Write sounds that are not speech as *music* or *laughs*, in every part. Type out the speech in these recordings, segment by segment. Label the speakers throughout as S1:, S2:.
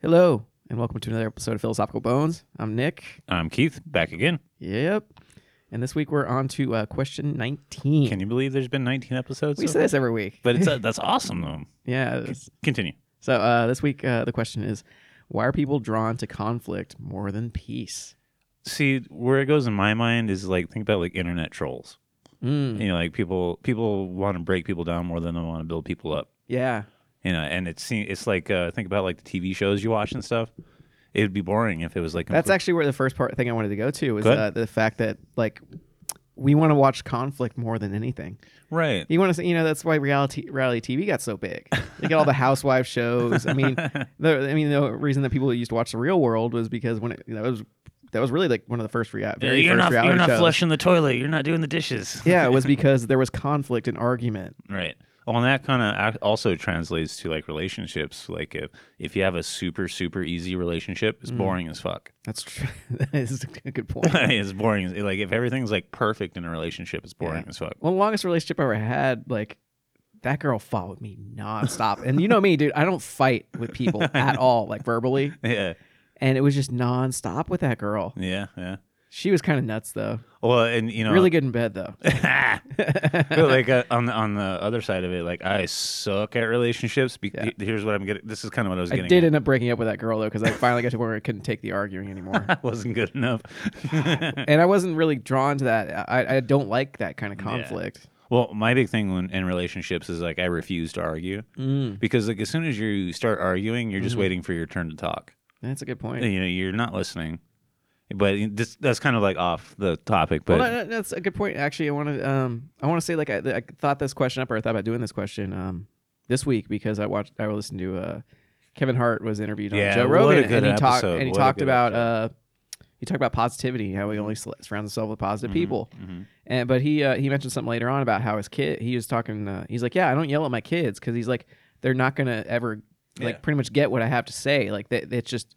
S1: Hello, and welcome to another episode of Philosophical Bones. I'm Nick.
S2: I'm Um, Keith, back again.
S1: Yep. And this week we're on to uh, question 19.
S2: Can you believe there's been 19 episodes?
S1: Hmm. we
S2: so
S1: say
S2: far?
S1: this every week.
S2: *laughs* But it's uh, that's awesome though.
S1: yeah. it's-
S2: Continue.
S1: So uh, this week uh, the question is why are people drawn to conflict more than peace?
S2: See, where it goes in my mind is like think about like internet trolls.
S1: Mm,
S2: You know, like people people want to break people down more than they want to build people up.
S1: yeah.
S2: You know, and it's it's like uh, think about like the TV shows you watch and stuff. It would be boring if it was like
S1: That's
S2: complete-
S1: actually where the first part thing I wanted to go to was
S2: Good.
S1: uh, the fact that, like, we want to watch conflict more than anything.
S2: right.
S1: You want to say, you know, that's why reality reality TV got so big. They
S2: *laughs*
S1: got all the housewife shows. I mean, the I mean the reason that people used to watch The Real World was because when it that was that was really like one of the first rea- very
S2: you're
S1: first
S2: not
S1: reality
S2: you're not
S1: shows.
S2: flushing the toilet. You're not doing the dishes.
S1: *laughs* Yeah, it was because there was conflict and argument.
S2: *laughs* Right. Well, and that kind of also translates to like relationships. Like if if you have a super super easy relationship,
S1: Hmm.
S2: it's boring as fuck.
S1: That's true. *laughs* that is a good point.
S2: *laughs* it's boring. as- Like if everything's like perfect in a relationship, it's boring
S1: Yeah.
S2: as fuck.
S1: Well, the longest relationship I ever had, like that girl followed me nonstop. and you know me, dude, I don't fight with
S2: *laughs*
S1: people at all, like verbally.
S2: Yeah,
S1: And it was just nonstop with that girl.
S2: yeah, yeah.
S1: She was kind of nuts though.
S2: Well, and you know,
S1: Really good in bed though.
S2: *laughs* but, like uh, on the on the other side of it, like I suck at relationships. Be-
S1: Yeah.
S2: Here's what I'm getting. This is kind of what I was
S1: I
S2: getting.
S1: did
S2: *laughs*
S1: end up breaking up with that girl though because I finally got to where I couldn't take the arguing
S2: *laughs*
S1: anymore,
S2: At. Wasn't good enough.
S1: and I wasn't really drawn to that. I, I don't like that kind of conflict.
S2: well, my big thing when, in relationships is like I refuse to argue
S1: Mm,
S2: because like as soon as you start arguing, you're just waiting for your turn to talk.
S1: that's a good point.
S2: You know, you're not listening. But this, that's kind of like off the topic. But
S1: well, no, no, that's a good point. Actually, I want to um, I want to say like I, I thought this question up, or I thought about doing this question um, this week because I watched, I listened to uh, Kevin Hart was interviewed on
S2: Yeah,
S1: Joe
S2: what a
S1: Rogan,
S2: good
S1: and he talked
S2: episode.
S1: and he
S2: What a
S1: talked
S2: good
S1: about uh, he talked about positivity, how we only sl- surround ourselves with positive people.
S2: mhm.
S1: And but he uh, he mentioned something later on about how his kid he was talking. Uh, he's like, yeah, I don't yell at my kids because he's like they're not gonna ever like
S2: Yeah.
S1: pretty much get what I have to say. Like that, it's just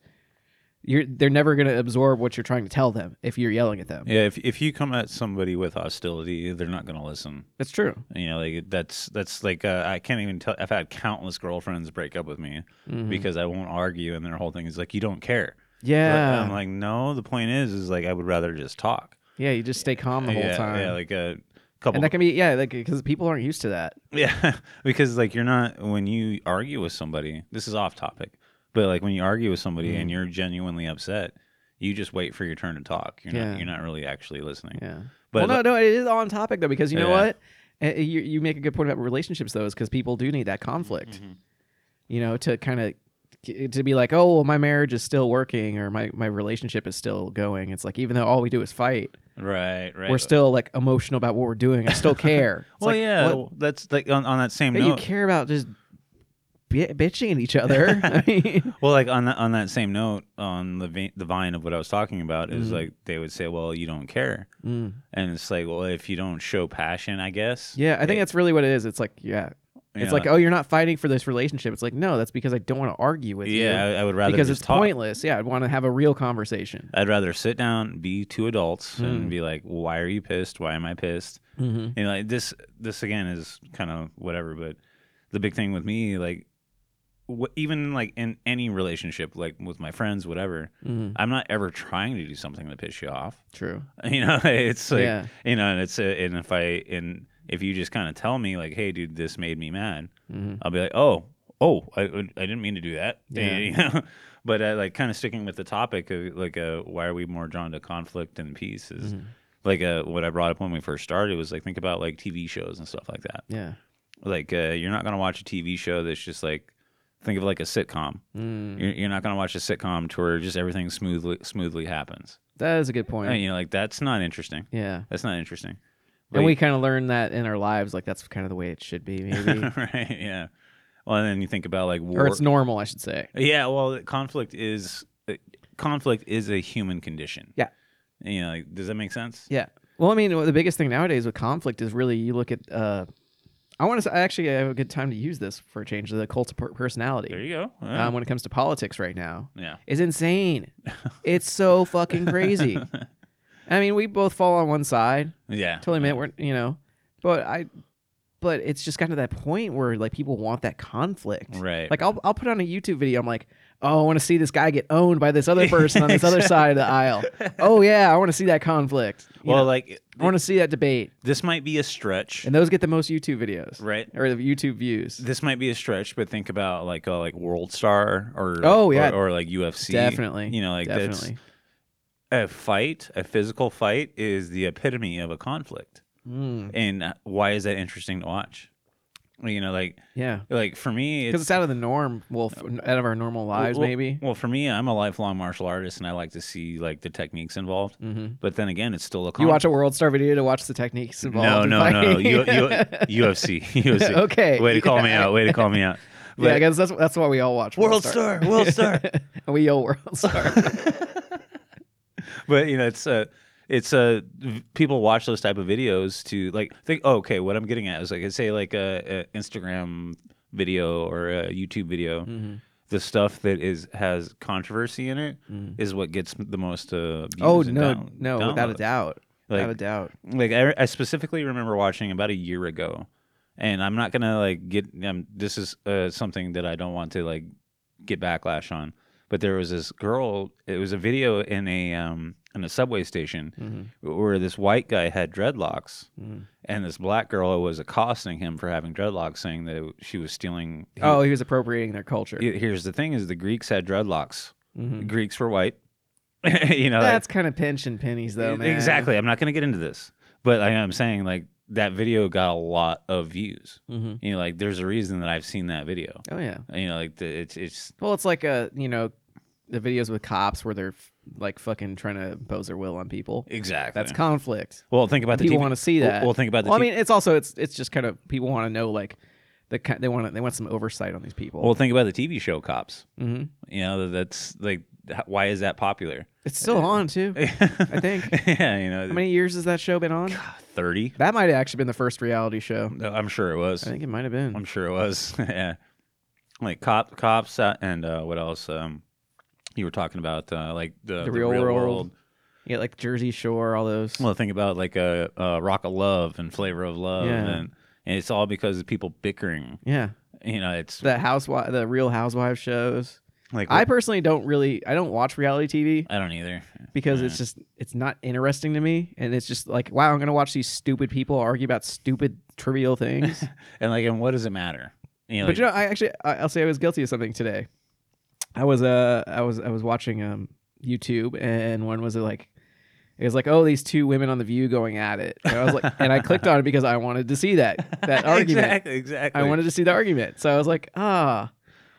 S1: you're they're never gonna absorb what you're trying to tell them if you're yelling at them.
S2: Yeah, if if you come at somebody with hostility, they're not going to listen.
S1: That's true.
S2: You know, like that's that's like uh, I can't even tell. I've had countless girlfriends break up with me
S1: Mm-hmm.
S2: because I won't argue, and their whole thing is like, "You don't care." But
S1: Yeah,
S2: I'm like, no. The point is, is like I would rather just talk
S1: yeah. You just stay calm the whole
S2: yeah,
S1: time,
S2: Yeah, like a couple.
S1: and that can be yeah, like because people aren't used to that.
S2: *laughs* yeah, because like you're not when you argue with somebody. This is off topic, but like when you argue with somebody
S1: Mm-hmm.
S2: and you're genuinely upset, you just wait for your turn to talk. You're
S1: Yeah.
S2: not you're not really actually listening.
S1: Yeah.
S2: But
S1: well, no, no, it is on topic though because you know
S2: Yeah.
S1: what, Eh, you you make a good point about relationships though, is because people do need that conflict.
S2: Mm-hmm.
S1: You know, to kind of to be like, oh, well, my marriage is still working or my my relationship is still going. It's like even though all we do is fight,
S2: right, right.
S1: we're still like emotional about what we're doing. I
S2: *laughs*
S1: still care. It's
S2: Well,
S1: like,
S2: yeah,
S1: what-
S2: that's like on, on that same
S1: yeah, you
S2: note.
S1: care about just bi- bitching at each other.
S2: *laughs*
S1: *laughs* I mean,
S2: Well, like on that on that same note, on the vein, the vine of what I was talking about is
S1: Mm-hmm.
S2: like they would say, "Well, you don't care,"
S1: Mm.
S2: and it's like, "Well, if you don't show passion, I guess."
S1: Yeah, I think
S2: It-
S1: that's really what it is. It's like, yeah.
S2: You
S1: It's
S2: know,
S1: like, oh, you're not fighting for this relationship. It's like, no, that's because I don't want to argue with you.
S2: yeah, I, I would rather
S1: because
S2: just
S1: it's
S2: talk.
S1: pointless. Yeah, I'd want to have a real conversation.
S2: I'd rather sit down, be two adults,
S1: Mm.
S2: and be like, "Why are you pissed? Why am I pissed?"
S1: Mm-hmm.
S2: And like this, this again is kind of whatever. But the big thing with me, like, wh- even like in any relationship, like with my friends, whatever,
S1: Mm-hmm.
S2: I'm not ever trying to do something to piss you off.
S1: True.
S2: *laughs* you know it's like
S1: Yeah.
S2: you know and it's uh and if i and if you just kind of tell me like hey dude this made me mad
S1: Mm-hmm.
S2: i'll be like oh oh i, I didn't mean to do that *laughs*
S1: Yeah.
S2: You know? but uh, like kind of sticking with the topic of like uh, why are we more drawn to conflict than peace
S1: Mm-hmm.
S2: is like uh, what i brought up when we first started was like think about like tv shows and stuff like that
S1: Yeah.
S2: like uh, you're not going to watch a tv show that's just like think of like a sitcom
S1: Mm.
S2: you're, you're not going to watch a sitcom to where just everything smoothly smoothly happens
S1: That is a good point.
S2: And, you know like that's not interesting
S1: yeah.
S2: that's not interesting.
S1: And we kind of learn that in our lives, like that's kind of the way it should be,
S2: *laughs*
S1: maybe,
S2: right, yeah. Well, and then you think about like
S1: or
S2: war.
S1: it's normal, I should say.
S2: yeah, well, conflict is uh, conflict is a human condition.
S1: Yeah.
S2: You know, like, does that make sense?
S1: Yeah. Well, I mean, the biggest thing nowadays with conflict is really you look at. Uh, I want to say, I actually have a good time to use this for a change. The cult of per-
S2: There
S1: personality
S2: you go. All right.
S1: um, when it comes to politics right now.
S2: yeah.
S1: is insane. it's
S2: *laughs*
S1: so fucking crazy. I mean, we both fall on one side.
S2: Yeah.
S1: Totally admit we're you know, but I, but it's just gotten to that point where like people want that conflict.
S2: Right.
S1: Like I'll I'll put on a YouTube video. I'm like, oh, I want to see this guy get owned by this other person on this other side of the aisle. Oh yeah, I want to see that conflict. You
S2: well,
S1: know,
S2: like
S1: I want to see that debate.
S2: this might be a stretch,
S1: And those get the most YouTube videos,
S2: right?
S1: Or the YouTube views.
S2: This might be a stretch, but think about like uh, like World Star or
S1: Oh, yeah.
S2: or, or, like UFC.
S1: Definitely.
S2: you know, like
S1: definitely.
S2: that's a fight, a physical fight is the epitome of a conflict.
S1: Mm,
S2: And uh, why is that interesting to watch? You know, like
S1: yeah.
S2: like for me,
S1: Because
S2: it's
S1: it's out of the norm, well, f- out of our normal lives,
S2: well,
S1: maybe.
S2: Well, for me, I'm a lifelong martial artist, and I like to see like the techniques involved.
S1: hmm
S2: But then again, it's still a
S1: You
S2: conflict.
S1: watch a World Star video to watch the techniques
S2: no,
S1: involved. in
S2: no, no,
S1: fighting.
S2: U-
S1: *laughs*
S2: *laughs* U- UFC, UFC.
S1: okay.
S2: Way to call me
S1: Yeah.
S2: out. Way to call me out.
S1: *laughs* yeah, I
S2: But-
S1: guess that's that's why we all watch
S2: World Star,
S1: *laughs*
S2: World Star.
S1: And we yell World
S2: *laughs*
S1: Star.
S2: but you know it's uh it's uh v- people watch those type of videos to like think oh, okay what i'm getting at is like say like a, a instagram video or a youtube video
S1: Mm-hmm,
S2: the stuff that is has controversy in it is what gets the most uh views
S1: Oh
S2: and
S1: no,
S2: down-
S1: no, without a
S2: downloads.
S1: doubt,
S2: like
S1: without a doubt.
S2: like I, I specifically remember watching about a year ago and i'm not gonna like get um, this is uh, something that i don't want to like get backlash on but there was this girl it was a video in a um in a subway station where this white guy had dreadlocks
S1: Mhm.
S2: and this black girl was accosting him for having dreadlocks saying that it- she was stealing
S1: Oh, he was appropriating their culture.
S2: Here- here's the thing is the greeks had dreadlocks
S1: Mhm.
S2: greeks were white *laughs* you know like- e-,
S1: That's kind of pinch and pennies, though, man.
S2: Exactly. I'm not going to get into this, but I am saying like that video got a lot of views.
S1: hmm
S2: You know, like there's a reason that I've seen that video.
S1: Oh yeah.
S2: You know, like the, it's it's
S1: Well, it's like a you know, the videos with cops where they're f- like fucking trying to impose their will on people.
S2: exactly
S1: That's conflict.
S2: well. Think about the
S1: people
S2: TV
S1: want to see
S2: well-
S1: that.
S2: Well, think about the.
S1: Well, I
S2: TV
S1: mean, it's also it's it's just kind of people want to know like the ki- they want to, they want some oversight on these people.
S2: well, think about the TV show Cops.
S1: hmm
S2: You know, that's like h- why is that popular? *laughs*
S1: It's still on too.
S2: I *laughs*
S1: think.
S2: yeah, you know,
S1: How many years has that show been on?
S2: thirty.
S1: That might have actually been the first reality show.
S2: No, I'm sure it was.
S1: I think it might have been.
S2: I'm sure it was. *laughs* yeah, like cop, cops, uh, and uh, what else? Um, you were talking about uh, like the, the
S1: Real
S2: real
S1: World.
S2: world.
S1: Yeah, like Jersey Shore, all those.
S2: Well, think about like a, uh rock of love and flavor of love,
S1: Yeah.
S2: and, and it's all because of people bickering.
S1: yeah,
S2: You know, it's
S1: the housewife, the Real Housewives shows.
S2: like
S1: I personally don't really, I don't watch reality TV
S2: I don't either.
S1: because it's just it's not interesting to me, and it's just like, wow, I'm gonna watch these stupid people argue about stupid trivial
S2: *laughs*
S1: things.
S2: And like, and what does it matter? You know,
S1: but you know, I actually, I- I'll say I was guilty of something today. I was, uh, I was, I was watching um YouTube, and one was uh, like. It was like, oh, these two women on the View going at it, and I was like, and I clicked on it because I wanted to see that that argument.
S2: *laughs* Exactly, exactly.
S1: I wanted to see the argument. So I was like, ah,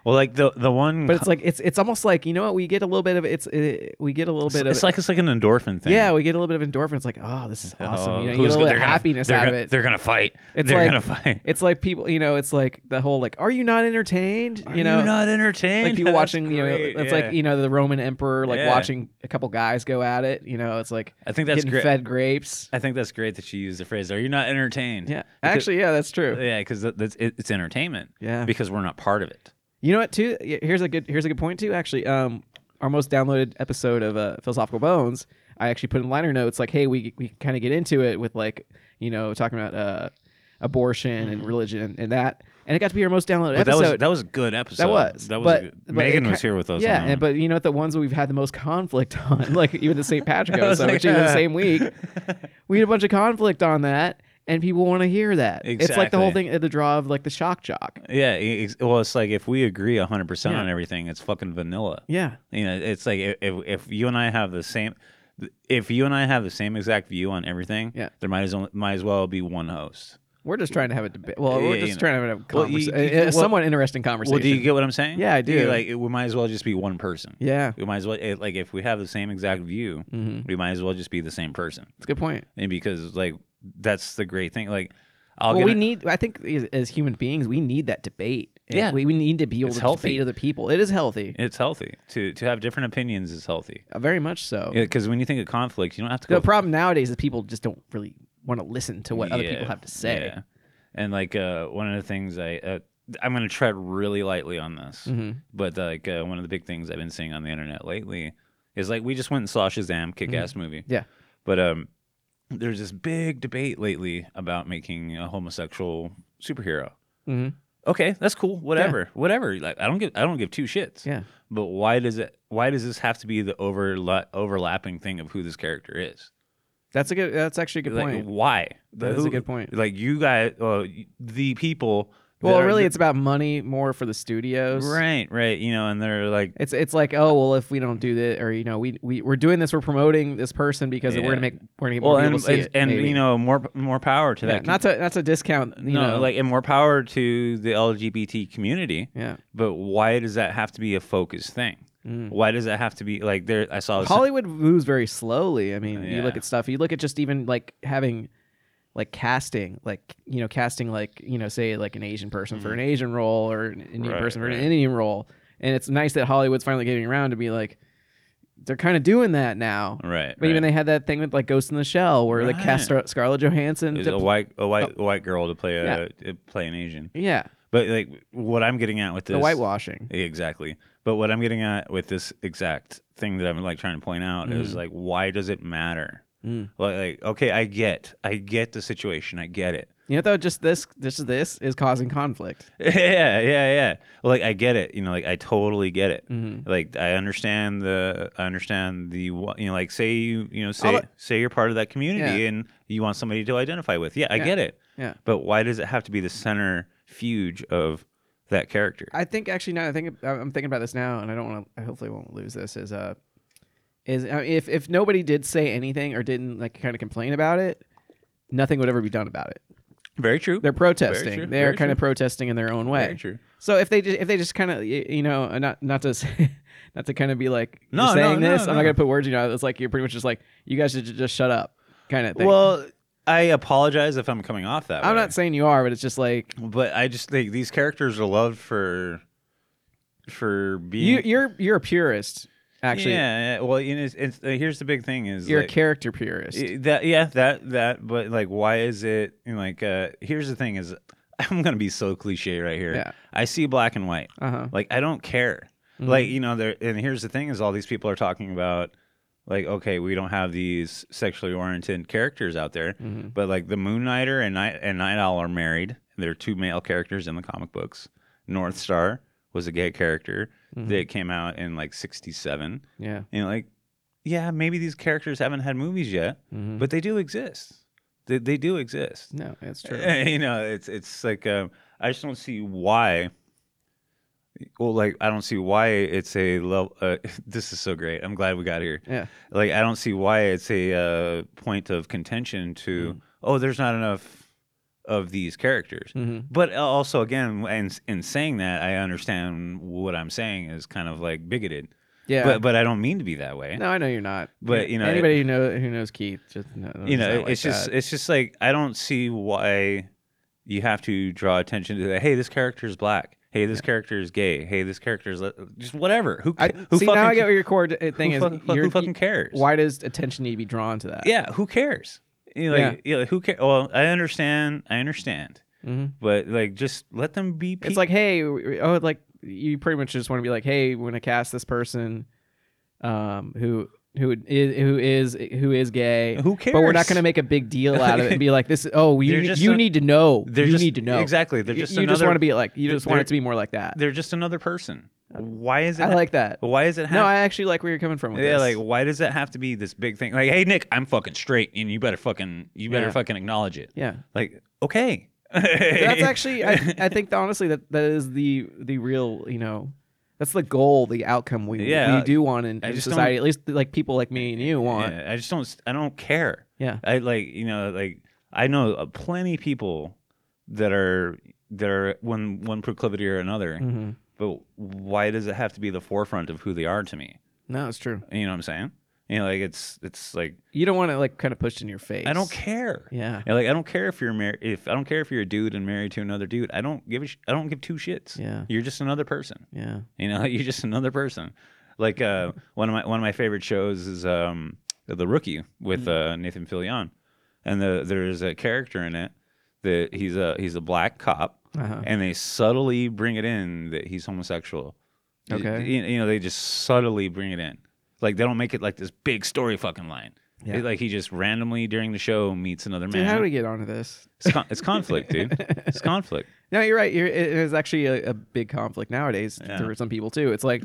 S2: Well, like the the one,
S1: but it's like it's it's almost like you know what we get a little bit of it's it, we get a little bit
S2: it's
S1: of
S2: like it's like an endorphin thing.
S1: yeah we get a little bit of endorphins like oh this is awesome you know, you get a little
S2: they're
S1: bit of
S2: gonna-
S1: happiness
S2: they're
S1: out of
S2: gonna-
S1: it.
S2: They're gonna fight.
S1: It's
S2: they're
S1: like-
S2: gonna *laughs* fight.
S1: It's like people you know it's like the whole like are you not entertained
S2: Are
S1: you know
S2: not entertained.
S1: like people
S2: *laughs* That's
S1: watching you know
S2: great,
S1: it's
S2: yeah.
S1: like you know the Roman emperor like
S2: Yeah.
S1: watching a couple guys go at it you know it's like
S2: I think that's
S1: getting
S2: great.
S1: fed grapes
S2: I think that's great that you use the phrase. Are you not entertained?
S1: yeah
S2: Because-
S1: actually yeah that's true
S2: yeah, because that's it, it's entertainment.
S1: yeah
S2: because we're not part of it.
S1: You know what? Too Yeah, here's a good here's a good point too. Actually, um, our most downloaded episode of uh, Philosophical Bones, I actually put in liner notes like, hey, we we kind of get into it with like, you know, talking about uh, abortion and religion and that, and it got to be our most downloaded
S2: Mm-hmm. But that
S1: episode.
S2: was that was a good episode.
S1: That was,
S2: that was
S1: but-
S2: a good,
S1: but
S2: Megan
S1: it
S2: was
S1: ki-
S2: here with us.
S1: yeah,
S2: on that
S1: and,
S2: one.
S1: but you know what? The ones that we've had the most conflict *laughs* on, like even the St. Patrick
S2: *laughs* I was
S1: episode,
S2: like,
S1: which is the
S2: uh.
S1: same week, we had a bunch of conflict on that, and people want to hear that. It's like the whole
S2: Exactly.
S1: thing, the draw of like the shock jock.
S2: yeah, it- it's- well, it's like if we agree hundred percent
S1: Yeah.
S2: on everything, it's fucking vanilla.
S1: Yeah,
S2: You know, it's like if if you and I have the same, if you and I have the same exact view on everything,
S1: Yeah.
S2: there might as well, might as well be one host.
S1: We're just trying to have a debate. Well,
S2: Yeah,
S1: we're
S2: you
S1: just
S2: know.
S1: trying to have a,
S2: Well, you-
S1: conversa-
S2: you-
S1: a- a
S2: well-
S1: somewhat interesting conversation.
S2: Well, do you get what I'm saying?
S1: Yeah, I do.
S2: like it, we might as well just be one person.
S1: yeah,
S2: We might as well it, like if we have the same exact view,
S1: mm-hmm.
S2: we might as well just be the same person.
S1: it's a good point.
S2: And because like that's the great thing. Like I'll
S1: well,
S2: get
S1: we
S2: it-
S1: need. I think as, as human beings, we need that debate. And
S2: Yeah.
S1: we, we need to be able
S2: It's
S1: to
S2: healthy.
S1: debate other people. It is healthy,
S2: it's healthy to to have different opinions is healthy.
S1: Uh, very much so.
S2: because when you think of conflict, you don't have to go.
S1: The problem nowadays is people just don't really want to listen to what other people
S2: Yeah,
S1: have to say.
S2: yeah. And like uh, one of the things I uh, I'm gonna tread really lightly on this,
S1: Mhm.
S2: but like uh, one of the big things I've been seeing on the internet lately is like we just went and saw Shazam, kick-ass movie.
S1: Mm-hmm. Yeah.
S2: But um, there's this big debate lately about making a homosexual superhero.
S1: Mhm.
S2: Okay, that's cool. Whatever, whatever. Like I don't give I don't give two shits.
S1: Yeah.
S2: but why does it? Why does this have to be the overla- overlapping thing of who this character is?
S1: That's a good. That's actually a good
S2: like,
S1: point.
S2: Why?
S1: That
S2: The-
S1: is a
S2: who-
S1: good point.
S2: Like you guys, uh, the people. that
S1: Well,
S2: are
S1: really,
S2: the-
S1: it's about money more for the studios.
S2: right, right. You know, and they're like,
S1: It's it's like oh well if we don't do this or you know we we we are doing this we're promoting this person because we're
S2: Yeah.
S1: gonna make we're gonna get more
S2: well, and
S1: people to see
S2: and,
S1: it,
S2: and,
S1: maybe.
S2: you know, more more power to
S1: yeah,
S2: that.
S1: not to not to discount you
S2: no,
S1: know
S2: like and more power to the LGBT community.
S1: yeah
S2: But why does that have to be a focus thing?
S1: Mm.
S2: Why does that have to be like there? I saw this.
S1: Hollywood moves very slowly. I mean, you look
S2: Yeah.
S1: at stuff. You look at just even like having like casting, like you know, casting like you know, say like an Asian person for an Asian role or an Indian
S2: Mm-hmm. Right,
S1: person for
S2: right.
S1: an Indian role. And it's nice that Hollywood's finally getting around to be like, they're kind of doing that now.
S2: *laughs* right.
S1: But even
S2: right.
S1: they had that thing with like Ghost in the Shell where they cast Scar- Scarlett Johansson.
S2: Is
S1: to-
S2: a white a white
S1: Oh.
S2: a white girl to play a to play an Asian.
S1: yeah,
S2: But like what I'm getting at with this
S1: the whitewashing.
S2: Exactly. But what I'm getting at with this exact thing that I'm like trying to point out is like why does it matter?
S1: Mm.
S2: Like, like okay, I get. I get the situation. I get it.
S1: You know, though, just this, this, this is causing conflict.
S2: *laughs* yeah, yeah, yeah. Like I get it. You know, like I totally get it.
S1: hmm
S2: Like I understand the I understand the wa- you know like say you you know say
S1: I'll-
S2: say you're part of that community
S1: Yeah.
S2: and you want somebody to identify with. Yeah, I
S1: Yeah.
S2: get it.
S1: Yeah.
S2: But why does it have to be the center fuge of that character?
S1: I think actually now that I think I'm I'm thinking about this now, and I don't want to. I hopefully won't lose this. Is uh, is I mean, if if nobody did say anything or didn't like kind of complain about it, nothing would ever be done about it.
S2: Very true.
S1: They're protesting.
S2: true,
S1: They're
S2: very
S1: kind of
S2: true.
S1: protesting in their own
S2: Very
S1: way.
S2: true.
S1: So if they just, if they just kind of you know uh, not not to say, *laughs* not to kind of be like
S2: No,
S1: you're
S2: no,
S1: saying
S2: no,
S1: this, I'm not
S2: no.
S1: gonna put words. You know, it's like you're pretty much just like you guys should ju- just shut up, kind of thing.
S2: Well, I apologize if I'm coming off that.
S1: I'm
S2: way.
S1: not saying you are, but it's just like
S2: but I just think these characters are loved for for being.
S1: you you're you're a purist. Actually,
S2: yeah, yeah. Well, you know, it's, it's, uh, here's the big thing: is
S1: you're
S2: like,
S1: a character purist.
S2: i- that yeah that that. But like, why is it you know, like? Uh, here's the thing: is *laughs* I'm gonna be so cliche right here.
S1: Yeah.
S2: I see black and white.
S1: uh huh.
S2: Like I don't care.
S1: Mhm.
S2: Like you know, there. And here's the thing: is all these people are talking about. Like okay, we don't have these sexually oriented characters out there,
S1: Mhm.
S2: but like the Moon Knighter and Night and Night Owl are married. They're two male characters in the comic books. North Star was a gay character that came out in like '67.
S1: Mm-hmm. Yeah.
S2: And like, yeah, maybe these characters haven't had movies yet,
S1: Mhm.
S2: but they do exist. They, they do exist.
S1: No, that's true.
S2: *laughs* you know, it's it's like um, I just don't see why. Well, like I don't see why it's a level. Uh, *laughs* this is so great. I'm glad we got here.
S1: yeah.
S2: Like I don't see why it's a uh, point of contention
S1: Mm-hmm.
S2: to oh, there's not enough of these characters.
S1: hmm
S2: But uh, also, again, and in, in saying that, I understand what I'm saying is kind of like bigoted.
S1: Yeah.
S2: But but I don't mean to be that way.
S1: no, I know you're not.
S2: But, you know,
S1: anybody who eh. know who knows Keith, just no, no,
S2: you
S1: he's
S2: know,
S1: not like
S2: it's just
S1: that.
S2: it's just like I don't see why you have to draw attention to that. Hey, this character is black. Hey, this character is gay. Hey, this character is le- just whatever. Who
S1: I,
S2: who
S1: see
S2: fucking
S1: now I get
S2: ca-
S1: what your core d- uh, thing
S2: who,
S1: is.
S2: fuck- fuck-
S1: you're-
S2: who fucking cares?
S1: Why does attention need to be drawn to that?
S2: Yeah, who cares? You know, like, yeah. who cares? Well, I understand. I understand.
S1: hmm
S2: But like, just let them be.
S1: It's like, hey, w- w- oh, like you pretty much just want to be like, hey, we're gonna cast this person, um, who who is who is who is gay,
S2: Who cares?
S1: but we're not gonna make a big deal
S2: *laughs*
S1: out of it and be like, this. Oh, you
S2: They're
S1: ne-
S2: just
S1: you
S2: a-
S1: need to know.
S2: They're
S1: you
S2: just-
S1: need to know
S2: exactly. They're
S1: You-
S2: just
S1: you just
S2: another-
S1: want to be like you just want
S2: they're-
S1: it to be more like that.
S2: They're just another person. Why is it?
S1: I like
S2: *laughs*
S1: that.
S2: Why is it?
S1: No,
S2: hap-
S1: I actually like where you're coming from with
S2: Yeah,
S1: this.
S2: like why does that have to be this big thing? Like, hey Nick, I'm fucking straight, and you better fucking you better
S1: Yeah.
S2: fucking acknowledge it. *laughs*
S1: yeah.
S2: Like, *laughs* okay,
S1: That's actually, I,
S2: *laughs*
S1: I think, that, honestly, that that is the the real, you know, that's the goal, the outcome we
S2: Yeah,
S1: we do want in,
S2: I
S1: in
S2: just don't-
S1: society. At least like people like me and you want.
S2: Yeah, I just don't. I don't care.
S1: Yeah.
S2: I like you know like I know uh, plenty of people that are that are one one proclivity or another,
S1: hmm
S2: but why does it have to be the forefront of who they are to me?
S1: No, it's true.
S2: You know what I'm saying? You know, like it's it's like
S1: You don't want it like kind of pushed in your face.
S2: I don't care.
S1: Yeah.
S2: And, like I don't care if you're married. If I don't care if you're a dude and married to another dude, I don't give a sh- I don't give two shits.
S1: Yeah.
S2: You're just another person.
S1: Yeah.
S2: You know, *laughs* you're just another person. Like uh, one of my one of my favorite shows is um, the Rookie with
S1: Mm-hmm.
S2: uh, Nathan Fillion, and the, there's a character in it that he's a he's a black cop,
S1: Uh-huh.
S2: and they subtly bring it in that he's homosexual.
S1: Okay.
S2: you, you know they just subtly bring it in, like they don't make it like this big story fucking line.
S1: Yeah.
S2: It- like he just randomly during the show meets another
S1: Dude,
S2: man.
S1: how do we get onto this?
S2: It's, con- it's conflict, dude.
S1: *laughs*
S2: It's conflict.
S1: No, you're right. You're, it is actually a, a big conflict nowadays
S2: Yeah.
S1: for some people too. It's like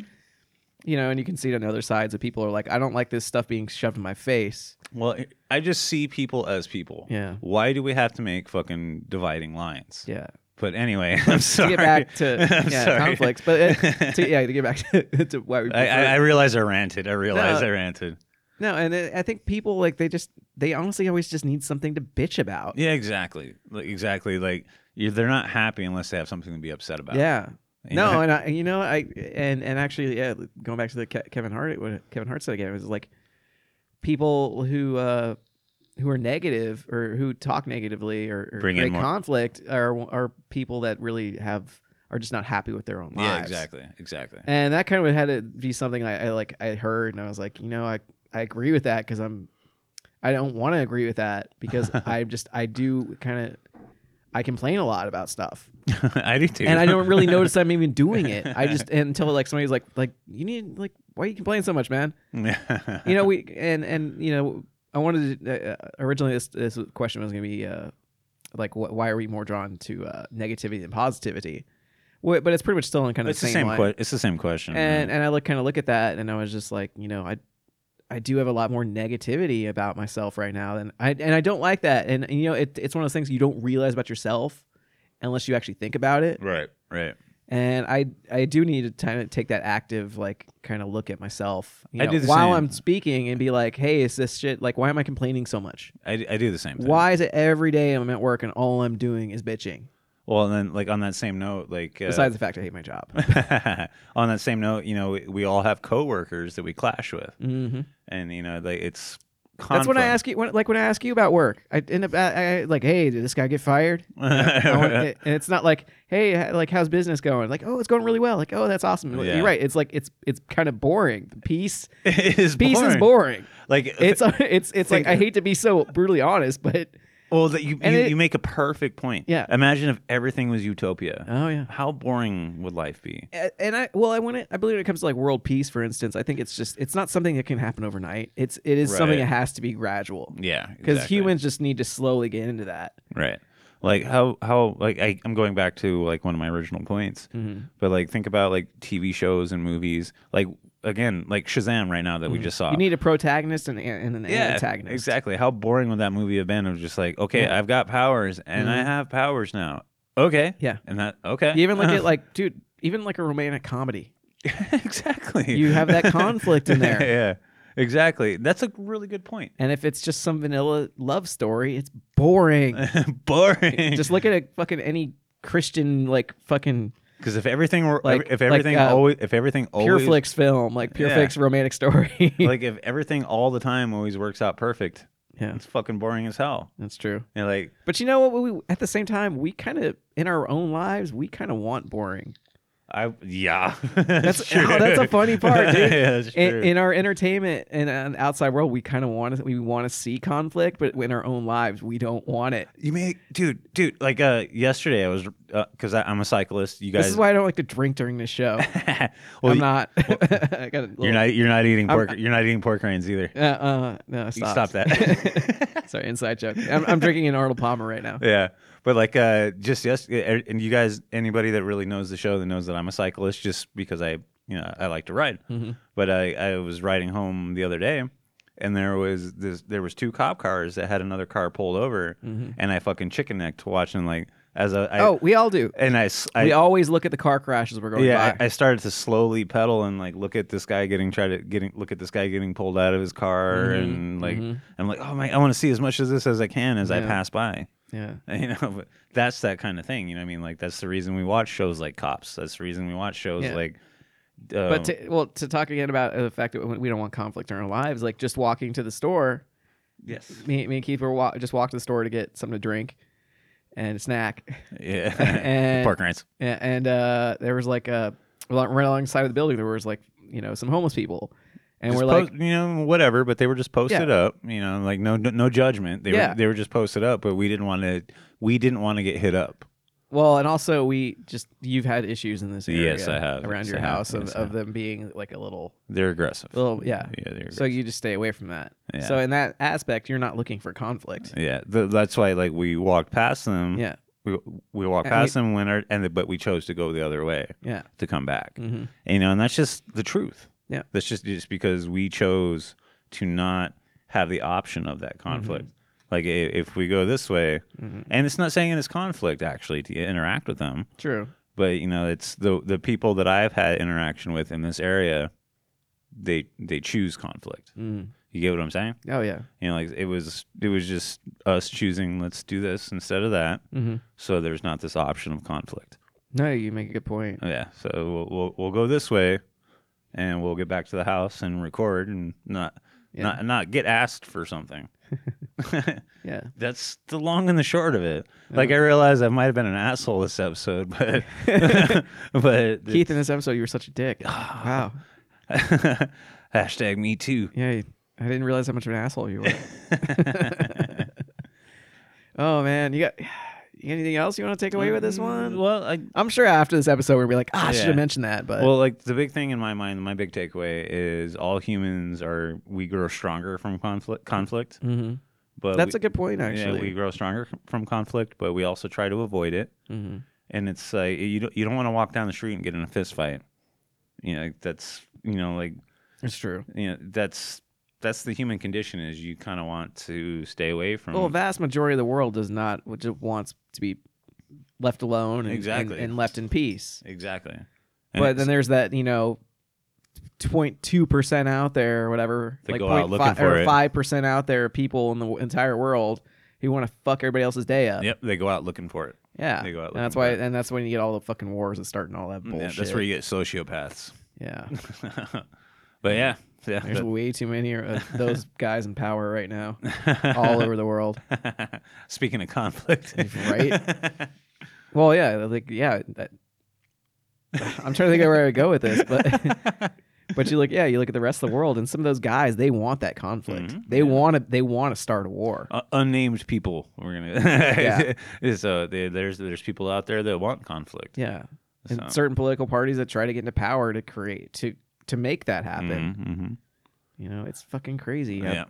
S1: you know, and you can see it on the other sides that people are like, I don't like this stuff being shoved in my face.
S2: Well, I- I just see people as people.
S1: Yeah.
S2: Why do we have to make fucking dividing lines?
S1: Yeah.
S2: But anyway, *laughs* I'm
S1: To
S2: sorry.
S1: get back *laughs* to
S2: *laughs* I'm
S1: yeah,
S2: sorry.
S1: conflicts, but uh, to, yeah, to get back *laughs* to, to why we.
S2: *laughs* I, I,
S1: prefer-
S2: I realize I ranted. I realize
S1: No.
S2: I ranted.
S1: no, and it, I think people like they just they honestly always just need something to bitch about.
S2: Yeah, exactly. Like, exactly. Like you they're not happy unless they have something to be upset about.
S1: Yeah.
S2: You
S1: no,
S2: know?
S1: and I, you know, I and and actually, yeah, going back to the Ke- Kevin Hart, what Kevin Hart said again was like, people who uh, who are negative or who talk negatively or, or
S2: Bring in
S1: create
S2: more-
S1: conflict are are people that really have are just not happy with their own lives.
S2: yeah, exactly, exactly.
S1: And that kind of had to be something I, I like I heard and I was like, you know, I I agree with that because I'm I don't want to agree with that
S2: *laughs*
S1: because I just I do kind of I complain a lot about stuff
S2: *laughs* I do too.
S1: and I don't
S2: *laughs*
S1: really notice I'm even doing it. I just *laughs* until like somebody's like like you need like why are you complaining so much, man?
S2: yeah.
S1: You know we and and you know I wanted to, uh, originally this this question was gonna be uh like wh- why are we more drawn to uh, negativity than positivity? Wh- But it's pretty much still in kind of
S2: it's the
S1: same
S2: same.
S1: line.
S2: Que- it's the same question.
S1: And
S2: right?
S1: and I look kind of look at that and I was just like you know I. I do have a lot more negativity about myself right now, and I and I don't like that. And, and you know, it, it's one of those things you don't realize about yourself unless you actually think about it
S2: right, right.
S1: and I I do need to kind of take that active like kind of look at myself. You
S2: I
S1: know,
S2: do the
S1: while
S2: same.
S1: I'm speaking and be like, hey, is this shit like why am I complaining so much?
S2: I, I do the same thing.
S1: Why is it every day I'm at work and all I'm doing is bitching?
S2: Well, and then like on that same note, like uh,
S1: Besides the fact I hate my job.
S2: *laughs* on that same note, you know, we, we all have coworkers that we clash with,
S1: hmm
S2: and you know, like it's. Conflict.
S1: That's when I ask you when, like when I ask you about work. I end up I, I, like, hey, did this guy get
S2: *laughs*
S1: fired? I want-
S2: ask.
S1: and it's not like, hey, h- like how's business going? Like, oh, it's going really well. Like, oh, that's awesome. Like,
S2: Yeah.
S1: You're right. It's like it's it's kind of boring. Peace,
S2: it is
S1: peace
S2: boring.
S1: is boring.
S2: *laughs* Like
S1: It's *laughs* it's it's like
S2: Think-
S1: I hate to be so brutally honest, but
S2: well, that you you,
S1: and it-
S2: you make a perfect point.
S1: Yeah.
S2: Imagine if everything was utopia.
S1: oh yeah.
S2: How boring would life be?
S1: A- and I well, I want to. I believe when it comes to like world peace, for instance, I think it's just it's not something that can happen overnight. It's it is something that
S2: Right.
S1: has to be gradual
S2: Yeah,
S1: because
S2: exactly.
S1: humans just need to slowly get into that.
S2: Right. Like how how like I, I'm going back to like one of my original points,
S1: Mm-hmm.
S2: but like think about like TV shows and movies. Like again, like Shazam right now that we just saw.
S1: Mm-hmm. You need a protagonist and, and an
S2: yeah,
S1: antagonist.
S2: exactly. How boring would that movie have been? Of just like, okay,
S1: Yeah. Mm-hmm.
S2: I've got powers and I have powers now. Okay.
S1: Yeah.
S2: And that okay.
S1: You even look
S2: *laughs*
S1: at like, dude, even like a romantic comedy,
S2: exactly.
S1: you have that conflict
S2: *laughs*
S1: in there.
S2: yeah. Exactly. That's a really good point. *laughs*
S1: and if it's just some vanilla love story, it's boring.
S2: *laughs* boring.
S1: just look at a fucking any Christian like fucking
S2: because if everything were
S1: like- like,
S2: if everything
S1: uh,
S2: always if everything
S1: pure
S2: always
S1: *laughs* flicks film, like pure
S2: Yeah.
S1: flicks romantic story.
S2: *laughs* like if everything all the time always works out perfect,
S1: yeah,
S2: it's fucking boring as hell.
S1: *laughs* that's true.
S2: And like,
S1: But you know what? We at the same time we kind of in our own lives we kind of want boring.
S2: I yeah, *laughs*
S1: That's oh, that's a funny part, dude.
S2: yeah, that's
S1: In,
S2: true.
S1: in our entertainment and uh, outside world, we kind of want to we want to see conflict, but in our own lives we don't want it.
S2: you may, dude, dude. Like uh, yesterday I was because I I'm a cyclist. You guys,
S1: This is why I don't like to drink during this show.
S2: *laughs* well,
S1: I'm
S2: you-
S1: not. *laughs* I got a little,
S2: you're not you're not eating
S1: I'm-
S2: pork you're not eating pork rinds either.
S1: Uh, uh, no,
S2: You
S1: stop.
S2: stop that.
S1: *laughs* Sorry, inside joke. I'm, I'm drinking an Arnold Palmer right now.
S2: Yeah. But like uh just yes and you guys anybody that really knows the show that knows that I'm a cyclist just because I you know I like to ride.
S1: Mhm.
S2: But I I was riding home the other day and there was this there was two cop cars that had another car pulled over
S1: Mm-hmm.
S2: and I fucking chicken necked watching like as a I,
S1: oh, we all do.
S2: and I s- I-
S1: we always look at the car crashes we're going
S2: yeah,
S1: by.
S2: I, I started to slowly pedal and like look at this guy getting try to getting look at this guy getting pulled out of his car
S1: Mm-hmm.
S2: and like I'm like oh my I want to see as much of this as I can as I
S1: Yeah.
S2: pass by
S1: yeah.
S2: *laughs* you know but that's that kind of thing you know what i mean like that's the reason we watch shows like cops that's the reason we watch shows
S1: Yeah.
S2: like um,
S1: But to, well, to talk again about uh, the fact that we don't want conflict in our lives, like just walking to the store,
S2: yes
S1: me, me and Keith were wa- just walked to the store to get something to drink and a snack,
S2: *laughs*
S1: *laughs*
S2: yeah
S1: And-
S2: park rants
S1: A- and uh, there was like a along- right alongside of the building there was like you know some homeless people, and
S2: Just
S1: we're like,
S2: post- you know whatever but they were just posted
S1: Yeah.
S2: up you know like no no, no judgment they
S1: Yeah.
S2: were they were just posted up but we didn't want to we didn't want to get hit up
S1: well, and also we just you've had issues in this area,
S2: Yes, I have.
S1: around
S2: Yes,
S1: your
S2: I have.
S1: house of,
S2: Yes, I
S1: of
S2: have.
S1: them being like a little
S2: they're aggressive
S1: little yeah.
S2: yeah they're
S1: So you just stay away from that.
S2: Yeah.
S1: So in that aspect, you're not looking for conflict.
S2: aggressive. yeah th- that's why like we walked past them
S1: Yeah,
S2: we, we walked
S1: And we-
S2: past them when our, and but we chose to go the other way
S1: yeah.
S2: to come back
S1: hmm
S2: you know and that's just the truth
S1: Yeah.
S2: That's just just because we chose to not have the option of that conflict. Like i- if we go this way,
S1: Mm-hmm.
S2: and it's not saying it's conflict actually to interact with them,
S1: True.
S2: but you know it's the the people that I've had interaction with in this area, they they choose conflict.
S1: Mm.
S2: You get what I'm saying?
S1: Oh yeah.
S2: You know, like it was it was just us choosing let's do this instead of that,
S1: hmm
S2: so there's not this option of conflict.
S1: No, you make a good point.
S2: Oh, Yeah, so we'll we'll, we'll go this way, and we'll get back to the house and record and not
S1: Yeah.
S2: not not get asked for something.
S1: Yeah.
S2: That's the long and the short of it. Like I realize I might have been an asshole this episode,
S1: *laughs*
S2: but but
S1: Keith, in this episode, you were such a dick.
S2: Ah.
S1: wow.
S2: *laughs* hashtag me too.
S1: Yeah. you- I didn't realize how much of an asshole you were.
S2: *laughs*
S1: oh man, you got, *sighs* you got anything else you want to take away with this one?
S2: Mm, Well, I,
S1: I'm sure after this episode, we're gonna be like, ah, I should
S2: Yeah.
S1: have mentioned that, but
S2: well, like the big thing in my mind, my big takeaway is all humans are we grow stronger from conflict. Conflict,
S1: Mhm.
S2: but
S1: that's
S2: we-
S1: a good point
S2: yeah,
S1: actually.
S2: we grow stronger from conflict, but we also try to avoid it.
S1: Mhm.
S2: and it's like you don't you don't want to walk down the street and get in a fist fight. You know that's you know like
S1: It's true.
S2: you know that's that's the human condition is you kind of want to stay away from.
S1: Well, a vast majority of the world does not, which it wants to be left alone and, and-
S2: Exactly.
S1: and, left in peace.
S2: exactly. And
S1: but
S2: it's-
S1: then there's that, you know, 0.2% out there or whatever,
S2: That go out looking for
S1: or
S2: it.
S1: 5% out there people in the w- entire world who want to fuck everybody else's day up.
S2: yep, they go out looking for it.
S1: Yeah.
S2: They go out
S1: and that's
S2: looking
S1: why
S2: for it.
S1: and that's when you get all the fucking wars that start and all that
S2: Yeah,
S1: bullshit.
S2: that's where you get sociopaths. *laughs*
S1: yeah.
S2: but yeah, yeah,
S1: There's
S2: that-
S1: way too many of those guys in power right now *laughs* all over the world.
S2: *laughs* Speaking of conflict, *laughs*
S1: Right? Well, yeah, like yeah, that, I'm trying to think of where I would go with this,
S2: *laughs*
S1: but *laughs* but you look, yeah, you look at the rest of the world, and some of those guys, they want that conflict.
S2: Mhm,
S1: They want to, they want to start a war.
S2: uh, unnamed people. We're gonna. *laughs* So there- there's there's people out there that want conflict.
S1: Yeah, and
S2: So-
S1: certain political parties that try to get into power to create to to make that happen.
S2: Mhm,
S1: You know, it's fucking crazy
S2: mhm.
S1: how,
S2: Yeah.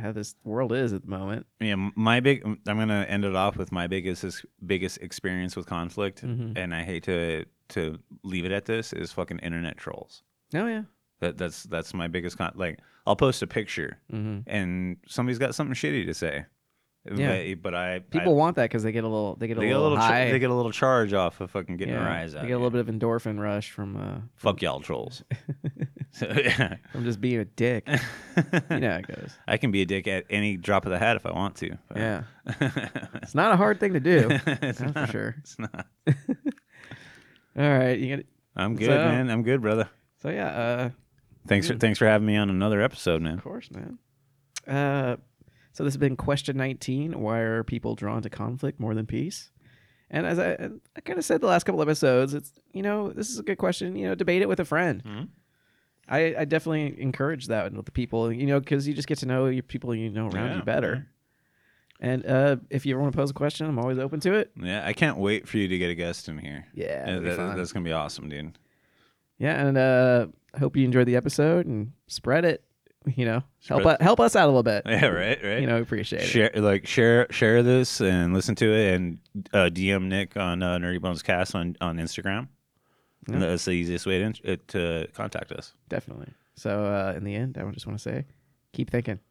S1: how this world is at the moment.
S2: Yeah, m- my big. I'm gonna end it off with my biggest is- biggest experience with conflict,
S1: Mhm.
S2: and I hate to to leave it at this. Is fucking internet trolls.
S1: Oh yeah,
S2: That that's that's my biggest con. Like I'll post a picture,
S1: hmm
S2: and somebody's got something shitty to say.
S1: Yeah.
S2: But, but I
S1: people
S2: I,
S1: want that because they get a little, they get a
S2: they get a
S1: little,
S2: little char-
S1: high.
S2: they get a little charge off of fucking getting
S1: yeah,
S2: their eyes out.
S1: They get a little bit of endorphin rush from uh,
S2: Fuck
S1: *laughs*
S2: y'all trolls. so yeah,
S1: from just being a
S2: *laughs*
S1: dick. you know how it goes.
S2: I can be a dick at any drop of the hat if I want to. but-
S1: Yeah,
S2: *laughs*
S1: it's not a hard thing to do. *laughs* That's
S2: It's *laughs*
S1: for
S2: not-
S1: sure.
S2: It's not.
S1: All right, you get
S2: I'm good,
S1: So-
S2: man. I'm good, brother.
S1: so yeah. Uh,
S2: Thanks for thanks for having me on another episode, man.
S1: Of course, man. Uh, so this has been question nineteen: Why are people drawn to conflict more than peace? And as I, and I kind of said the last couple episodes, it's you know this is a good question. You know, debate it with a friend.
S2: Mhm.
S1: I, I definitely encourage that with the people. You know, because you just get to know your people you know around
S2: Yeah,
S1: you better. And uh, if you ever want to pose a question, I'm always open to it.
S2: Yeah, I can't wait for you to get a guest in here.
S1: Yeah,
S2: Uh,
S1: that'd be
S2: that-
S1: fun.
S2: that's gonna be awesome, dude. *laughs*
S1: Yeah, and uh, hope you enjoyed the episode and spread it. You know, help
S2: Spread-
S1: us, help us out a little bit.
S2: *laughs* Yeah, right, right.
S1: You know, appreciate it.
S2: share like share share this and listen to it and uh, DM Nick on uh, Nerdy Bones Cast on on Instagram. And that's the easiest way to, int- uh, to contact us.
S1: Definitely. So uh, in the end, I just want to say, keep thinking.